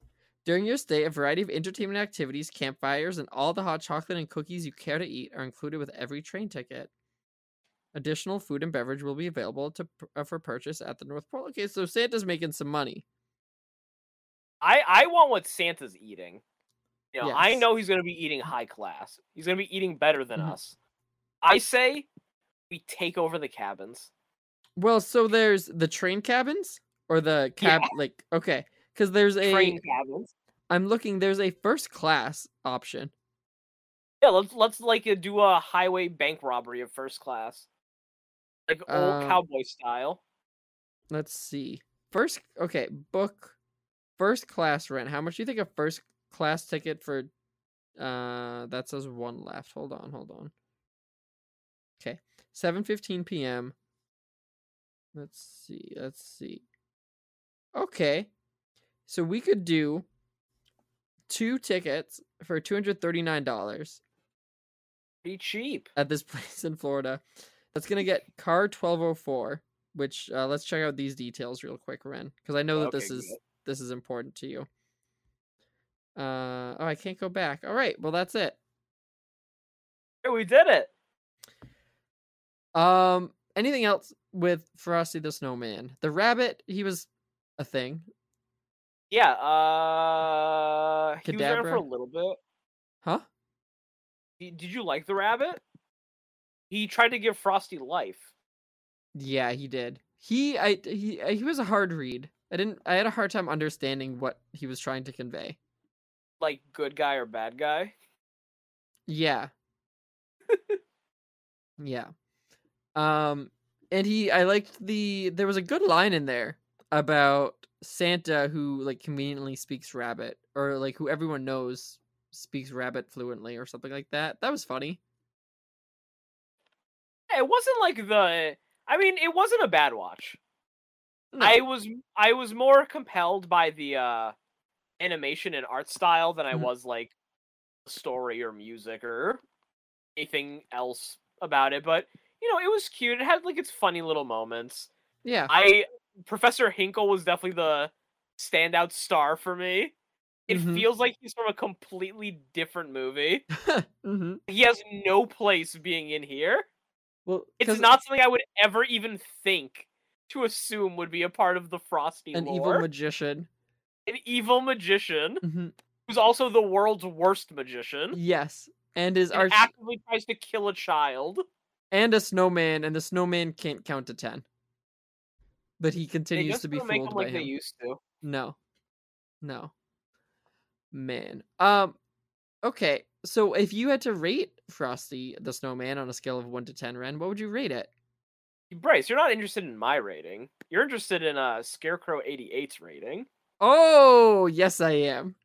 During your stay, a variety of entertainment activities, campfires, and all the hot chocolate and cookies you care to eat are included with every train ticket. Additional food and beverage will be available to uh, for purchase at the North Pole. Okay, so Santa's making some money. I I want what Santa's eating. You know, I Yes. know he's gonna be eating high class. He's gonna be eating better than Mhm. us. I say we take over the cabins. Well, so there's the train cabins or the cab, like okay, because there's a Train cabins. I'm looking. There's a first class option. Yeah, let's let's like uh, do a highway bank robbery of first class, like old Uh, cowboy style. Let's see. First, okay, book first class rent. How much do you think a first class ticket for? Uh, that says one left. Hold on, hold on. Okay, seven fifteen p.m. Let's see. Let's see. Okay, so we could do two tickets for two hundred thirty nine dollars. Be cheap. at this place in Florida. That's gonna get car twelve oh four. Which uh, let's check out these details real quick, Ren, because I know that Okay, this is good. this is important to you. Uh oh, I can't go back. All right, well that's it. Hey, we did it. Um, anything else with Frosty the Snowman? The rabbit, he was a thing, Yeah. Uh, he was around for a Kadabra. little bit. huh? He- Did you like the rabbit? He tried to give Frosty life. Yeah, he did. He, I, he, uh, he was a hard read. I didn't. I had a hard time understanding what he was trying to convey. Like good guy or bad guy. Yeah. yeah. Um and he I liked the there was a good line in there about Santa who like conveniently speaks rabbit or like who everyone knows speaks rabbit fluently or something like that. That was funny. Yeah, It wasn't like the. I mean, it wasn't a bad watch. No. I was I was more compelled by the uh animation and art style than I Mhm. was like story or music or anything else about it. But you know, it was cute. It had like its funny little moments. yeah. I Professor Hinkle was definitely the standout star for me. It Mhm. feels like he's from a completely different movie. mhm. He has no place being in here. Well, It's 'cause not something I would ever even think to assume would be a part of the Frosty an evil lore. magician. An evil magician Mhm. who's also the world's worst magician. Yes. And his and arch actively tries to kill a child. and a snowman and the snowman can't count to 10. But he They continues just to be don't make fooled them by like him. they used to. No. No. Man. Um okay. So if you had to rate Frosty the Snowman on a scale of 1 to 10 Ren, what would you rate it? Bryce, you're not interested in my rating. You're interested in uh Scarecrow 88's rating. Oh, yes I am.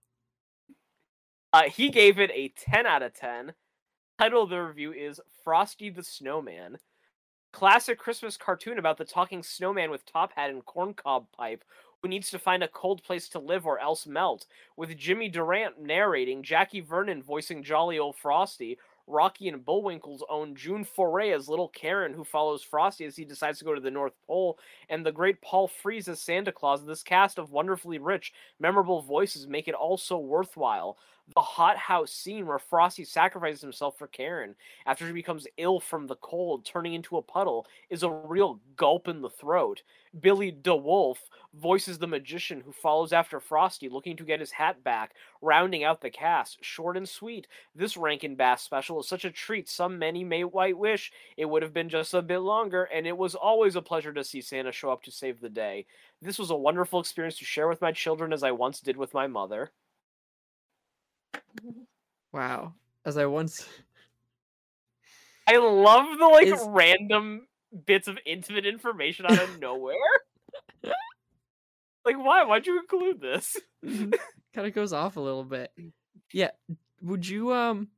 Uh, he gave it a 10 out of 10. Title of the review is Frosty the Snowman. Classic Christmas cartoon about the talking snowman with top hat and corncob pipe who needs to find a cold place to live or else melt. With Jimmy Durant narrating, Jackie Vernon voicing jolly old Frosty, Rocky and Bullwinkle's own June Foray as little Karen who follows Frosty as he decides to go to the North Pole, and the great Paul Frees as Santa Claus. This cast of wonderfully rich, memorable voices make it all so worthwhile the hothouse scene where Frosty sacrifices himself for Karen after she becomes ill from the cold, turning into a puddle, is a real gulp in the throat. Billy DeWolf voices the magician who follows after Frosty, looking to get his hat back, rounding out the cast. Short and sweet, this Rankin Bass special is such a treat. Some many may white wish it would have been just a bit longer, and it was always a pleasure to see Santa show up to save the day. This was a wonderful experience to share with my children as I once did with my mother. Wow. As I once I love the like Is- random bits of intimate information out of nowhere. like, why? Why'd you include this? kind of goes off a little bit. Yeah, would you um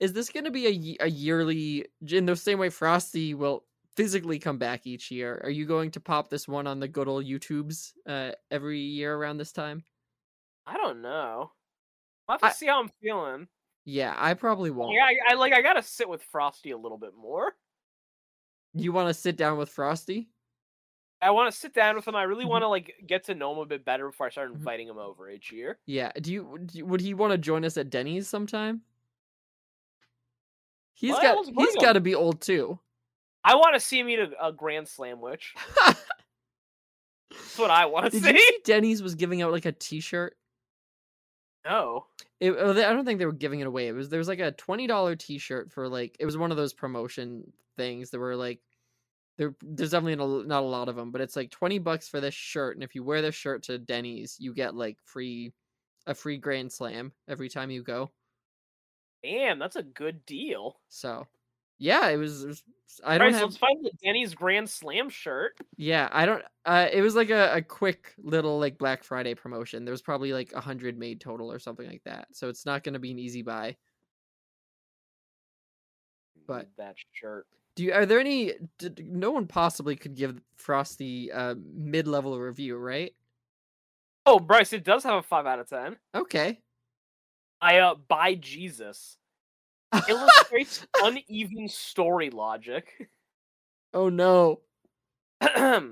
is this going to be a ye- a yearly in the same way Frosty will physically come back each year? Are you going to pop this one on the good old YouTubes uh every year around this time? I don't know. I'll have to I- see how I'm feeling. Yeah, I probably won't. Yeah, I, I like. I gotta sit with Frosty a little bit more. You want to sit down with Frosty? I want to sit down with him. I really Mhm. want to like get to know him a bit better before I start Mhm. inviting him over each year. Yeah. Do you, do you- would he want to join us at Denny's sometime? He's Well, got let's bring he's him. got to be old too. I want to see him eat a, a grand slam, which that's what I want to Did see. you see Denny's was giving out like a T-shirt? No, It, oh, they- I don't think they were giving it away. It was there was like a twenty dollar T-shirt for like it was one of those promotion things that were like there there's definitely not a- not a lot of them, but it's like twenty bucks for this shirt, and if you wear this shirt to Denny's, you get like free a free Grand Slam every time you go. damn, that's a good deal. So, yeah, it was. it was- I don't Bryce, have. let's find the Denny's Grand Slam shirt. Yeah, I don't. Uh, it was like a, a quick little like Black Friday promotion. There was probably like a hundred made total or something like that. So it's not going to be an easy buy. But- Need that shirt. Do you? Are there any? Did, no one possibly could give Frosty a mid level review, right? Oh, Bryce, it does have a five out of ten. Okay. I uh, by Jesus illustrates uneven story logic. Oh no.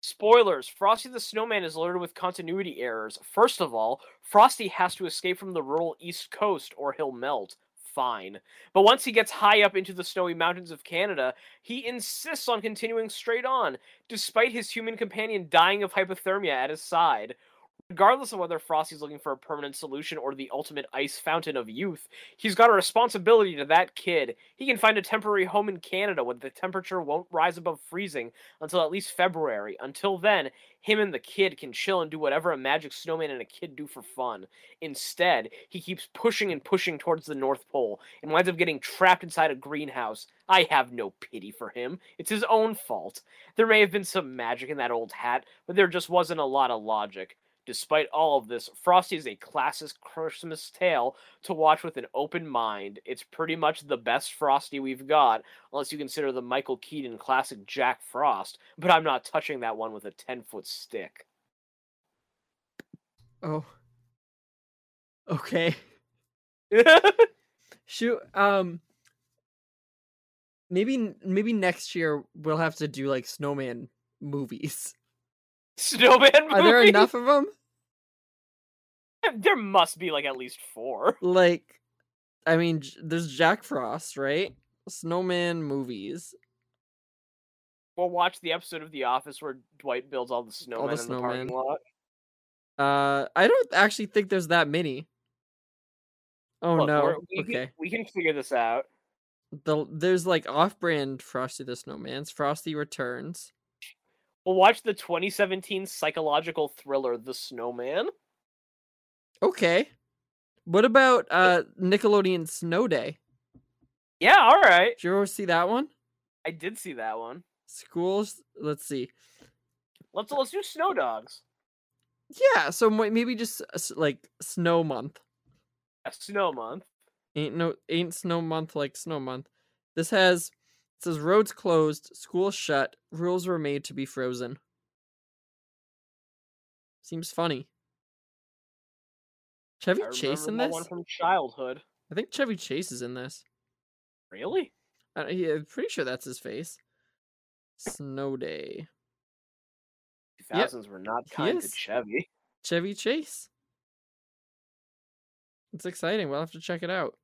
Spoilers Frosty the Snowman is loaded with continuity errors. First of all, Frosty has to escape from the rural East Coast or he'll melt. Fine. But once he gets high up into the snowy mountains of Canada, he insists on continuing straight on, despite his human companion dying of hypothermia at his side. Regardless of whether Frosty's looking for a permanent solution or the ultimate ice fountain of youth, he's got a responsibility to that kid. He can find a temporary home in Canada where the temperature won't rise above freezing until at least February. Until then, him and the kid can chill and do whatever a magic snowman and a kid do for fun. Instead, he keeps pushing and pushing towards the North Pole and winds up getting trapped inside a greenhouse. I have no pity for him. It's his own fault. There may have been some magic in that old hat, but there just wasn't a lot of logic. Despite all of this, Frosty is a classic Christmas tale to watch with an open mind. It's pretty much the best Frosty we've got, unless you consider the Michael Keaton classic Jack Frost, but I'm not touching that one with a 10 foot stick. Oh. Okay. yeah, Shoot. Um. Maybe maybe next year we'll have to do like snowman movies. Snowman Are there movies? enough of them? There must be like at least four. Like, I mean, J- there's Jack Frost, right? Snowman movies. We'll watch the episode of The Office where Dwight builds all the snowmen in the snowmen. parking lot. Uh, I don't actually think there's that many. Oh Look, no. we're- we, Okay. can, we can figure this out. The there's like off-brand Frosty the Snowman's Frosty Returns. We'll watch the 2017 psychological thriller The Snowman. Okay. What about uh Nickelodeon Snow Day? Yeah, all right. Did you ever see that one? I did see that one. Schools. Let's see. Let's let's do Snow Dogs. Yeah. So mi- maybe just uh, s- like snow month. A snow month. Ain't no ain't snow month like snow month. This has it says roads closed, schools shut, rules were made to be frozen. Seems funny. Chevy I remember Chase in that this? one from childhood. I think Chevy Chase is in this. Really? I, don't- yeah, I'm pretty sure that's his face. Snow Day. 2000s were not kind to is. Chevy. Chevy Chase. It's exciting. We'll have to check it out.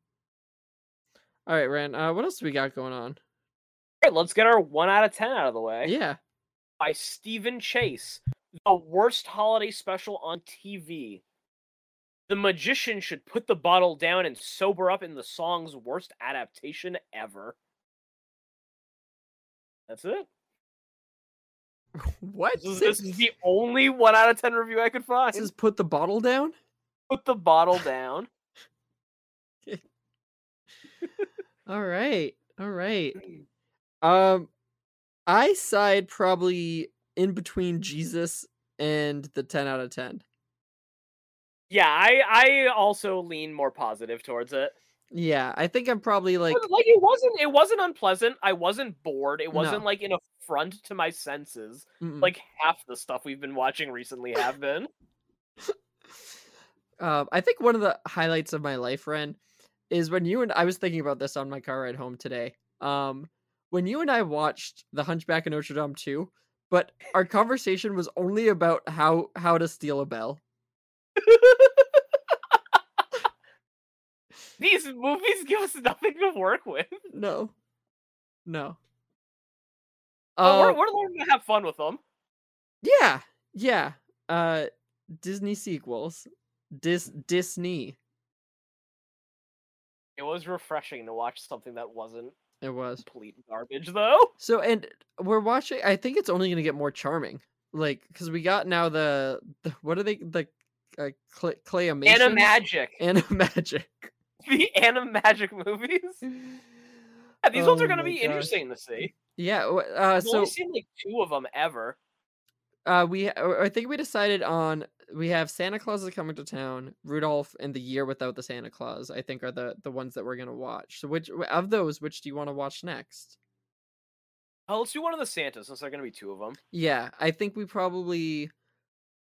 All right, Ren. Uh, what else do we got going on? All right, let's get our one out of ten out of the way. Yeah. By Stephen Chase, the worst holiday special on TV. The magician should put the bottle down and sober up in the song's worst adaptation ever. That's it. what? This is, this is the only one out of ten review I could find. This is put the bottle down. put the bottle down. All right. All right. Um, I side probably in between Jesus and the ten out of ten. Yeah, I I also lean more positive towards it. Yeah, I think I'm probably like But, like it wasn't it wasn't unpleasant. I wasn't bored. It wasn't No. Mm. like an affront to my senses. mm-mm. Like half the stuff we've been watching recently have been. Um, I think one of the highlights of my life, Ren, is when you and I was thinking about this on my car ride home today. Um, when you and I watched The Hunchback of Notre Dame 2, but our conversation was only about how how to steal a bell. These movies give us nothing to work with. No, no. But Uh, we're we're learning to have fun with them. yeah, yeah. Uh, Disney sequels, Dis Disney. It was refreshing to watch something that wasn't It was. complete garbage though. So and we're watching. I think it's only going to get more charming, like because we got now the, the what are they the uh, cl- claymation Animagic. Animagic. The Animagic movies. Yeah, these ones are Oh going to my be gosh. interesting to see. Yeah. w- Uh, We've so only seen like two of them ever. uh, we uh, I think we decided on we have Santa Claus is coming to town, Rudolph, and the Year Without the Santa Claus. I think are the the ones that we're going to watch. So which of those which do you want to watch next? Oh, let's do one of the Santas since there are going to be two of them. Yeah, I think we probably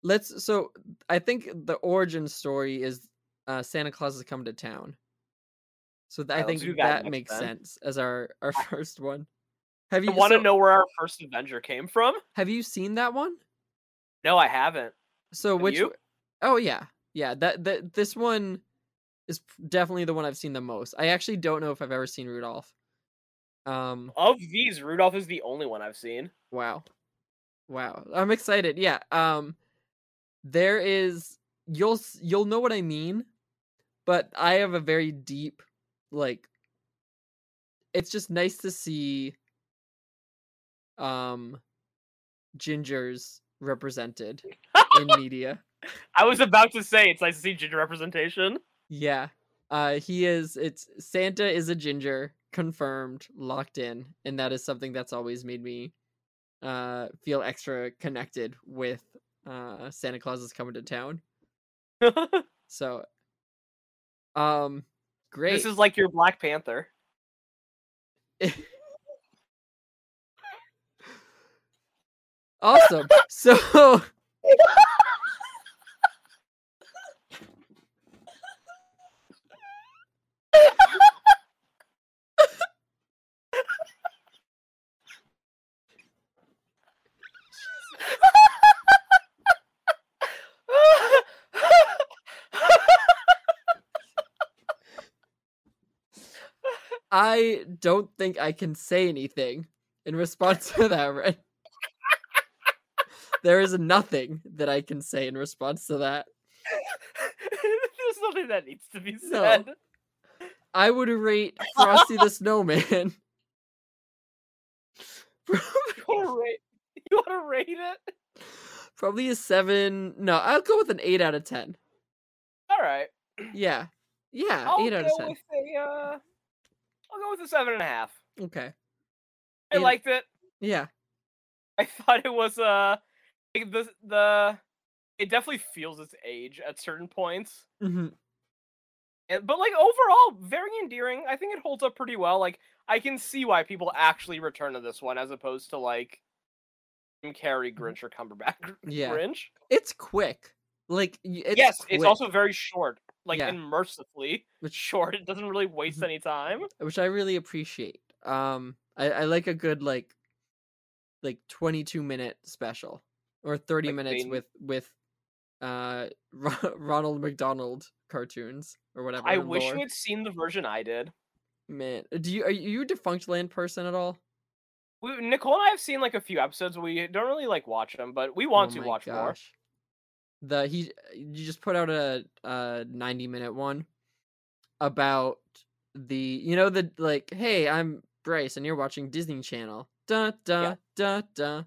let's so I think the origin story is uh Santa Claus has come to town. So th- I Alright, let's think do that that, next makes then. sense as our our first one. Have You you want to so, know where our first Avenger came from? Have you seen that one? No, I haven't. So Have which? you? Oh yeah, yeah. That that this one is p- definitely the one I've seen the most. I actually don't know if I've ever seen Rudolph. Um. Of these, Rudolph is the only one I've seen. Wow. Wow. I'm excited. Yeah. Um. There is you'll s- you'll know what I mean, but I have a very deep like. It's just nice to see. Um. Gingers represented in media. I was about to say it's nice to see ginger representation. Yeah. Uh he is it's Santa is a ginger, confirmed, locked in, and that is something that's always made me uh feel extra connected with uh Santa Claus is coming to town. this So um great. is like your Black Panther. awesome. So I don't think I can say anything in response to that, right? there is nothing that I can say in response to that. There's nothing that needs to be No. said. I would rate Frosty the Snowman. You wanna rate- You want to rate it? Probably a seven. No, I'll go with an eight out of ten. All right. Yeah. Yeah, I'll Uh, eight out of go ten. with a. Uh, I'll go with a seven and a half. Okay. I Eight- liked it. Yeah. I thought it was uh like the the it definitely feels its age at certain points. hmm And, Eh, but like overall, very endearing. I think it holds up pretty well. Like I can see why people actually return to this one as opposed to like Jim Carrey Grinch or Cumberbatch Mm-hmm. Yeah. Grinch. It's quick. Like y- it's yes, it's quick, also very short. Like Yeah. and mercifully Which- short. It doesn't really waste Mhm. any time. which I really appreciate. Um, I, I like a good like, like twenty two minute special or thirty Like minutes Bane? with with, uh, Ro- Ronald McDonald cartoons or whatever. I and wish lore. you had seen the version I did. Man, do you are you a defunct land person at all? We, Nicole and I have seen like a few episodes. We don't really like watch them, but we want Oh to my watch more. gosh. The he you just put out a a 90 minute one about the you know the like hey I'm Bryce and you're watching Disney Channel. Da da Yeah. da da.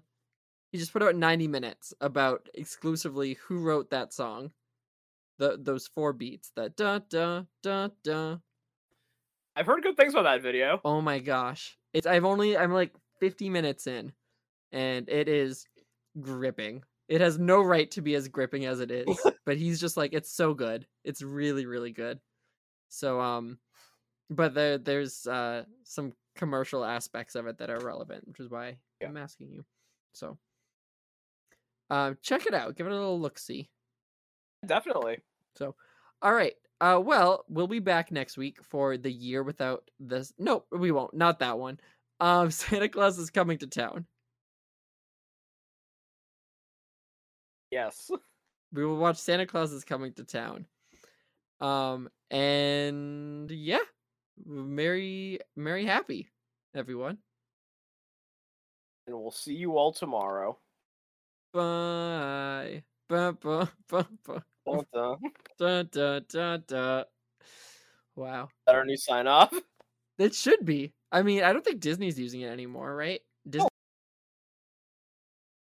He just put out 90 minutes about exclusively who wrote that song. The those four beats that da da da da. I've heard good things about that video. Oh my gosh. It's I've only I'm like 50 minutes in and it is gripping. It has no right to be as gripping as it is, but he's just like it's so good. It's really really good. So um but there there's uh some commercial aspects of it that are relevant, which is why Yeah. I'm asking you. So um check it out. Give it a little look see. Definitely. All right. Uh, well, we'll be back next week for the year without this. No, we won't. Not that one. Um, Santa Claus is coming to town. Yes. We will watch Santa Claus is coming to town. Um, and yeah, merry, merry, happy, everyone. And we'll see you all tomorrow. Bye. Ba, ba, ba, ba. Dun, dun. Is Da, da, da, da. Wow, that our new sign off? that should be. I mean, I don't think Disney's using it anymore, right?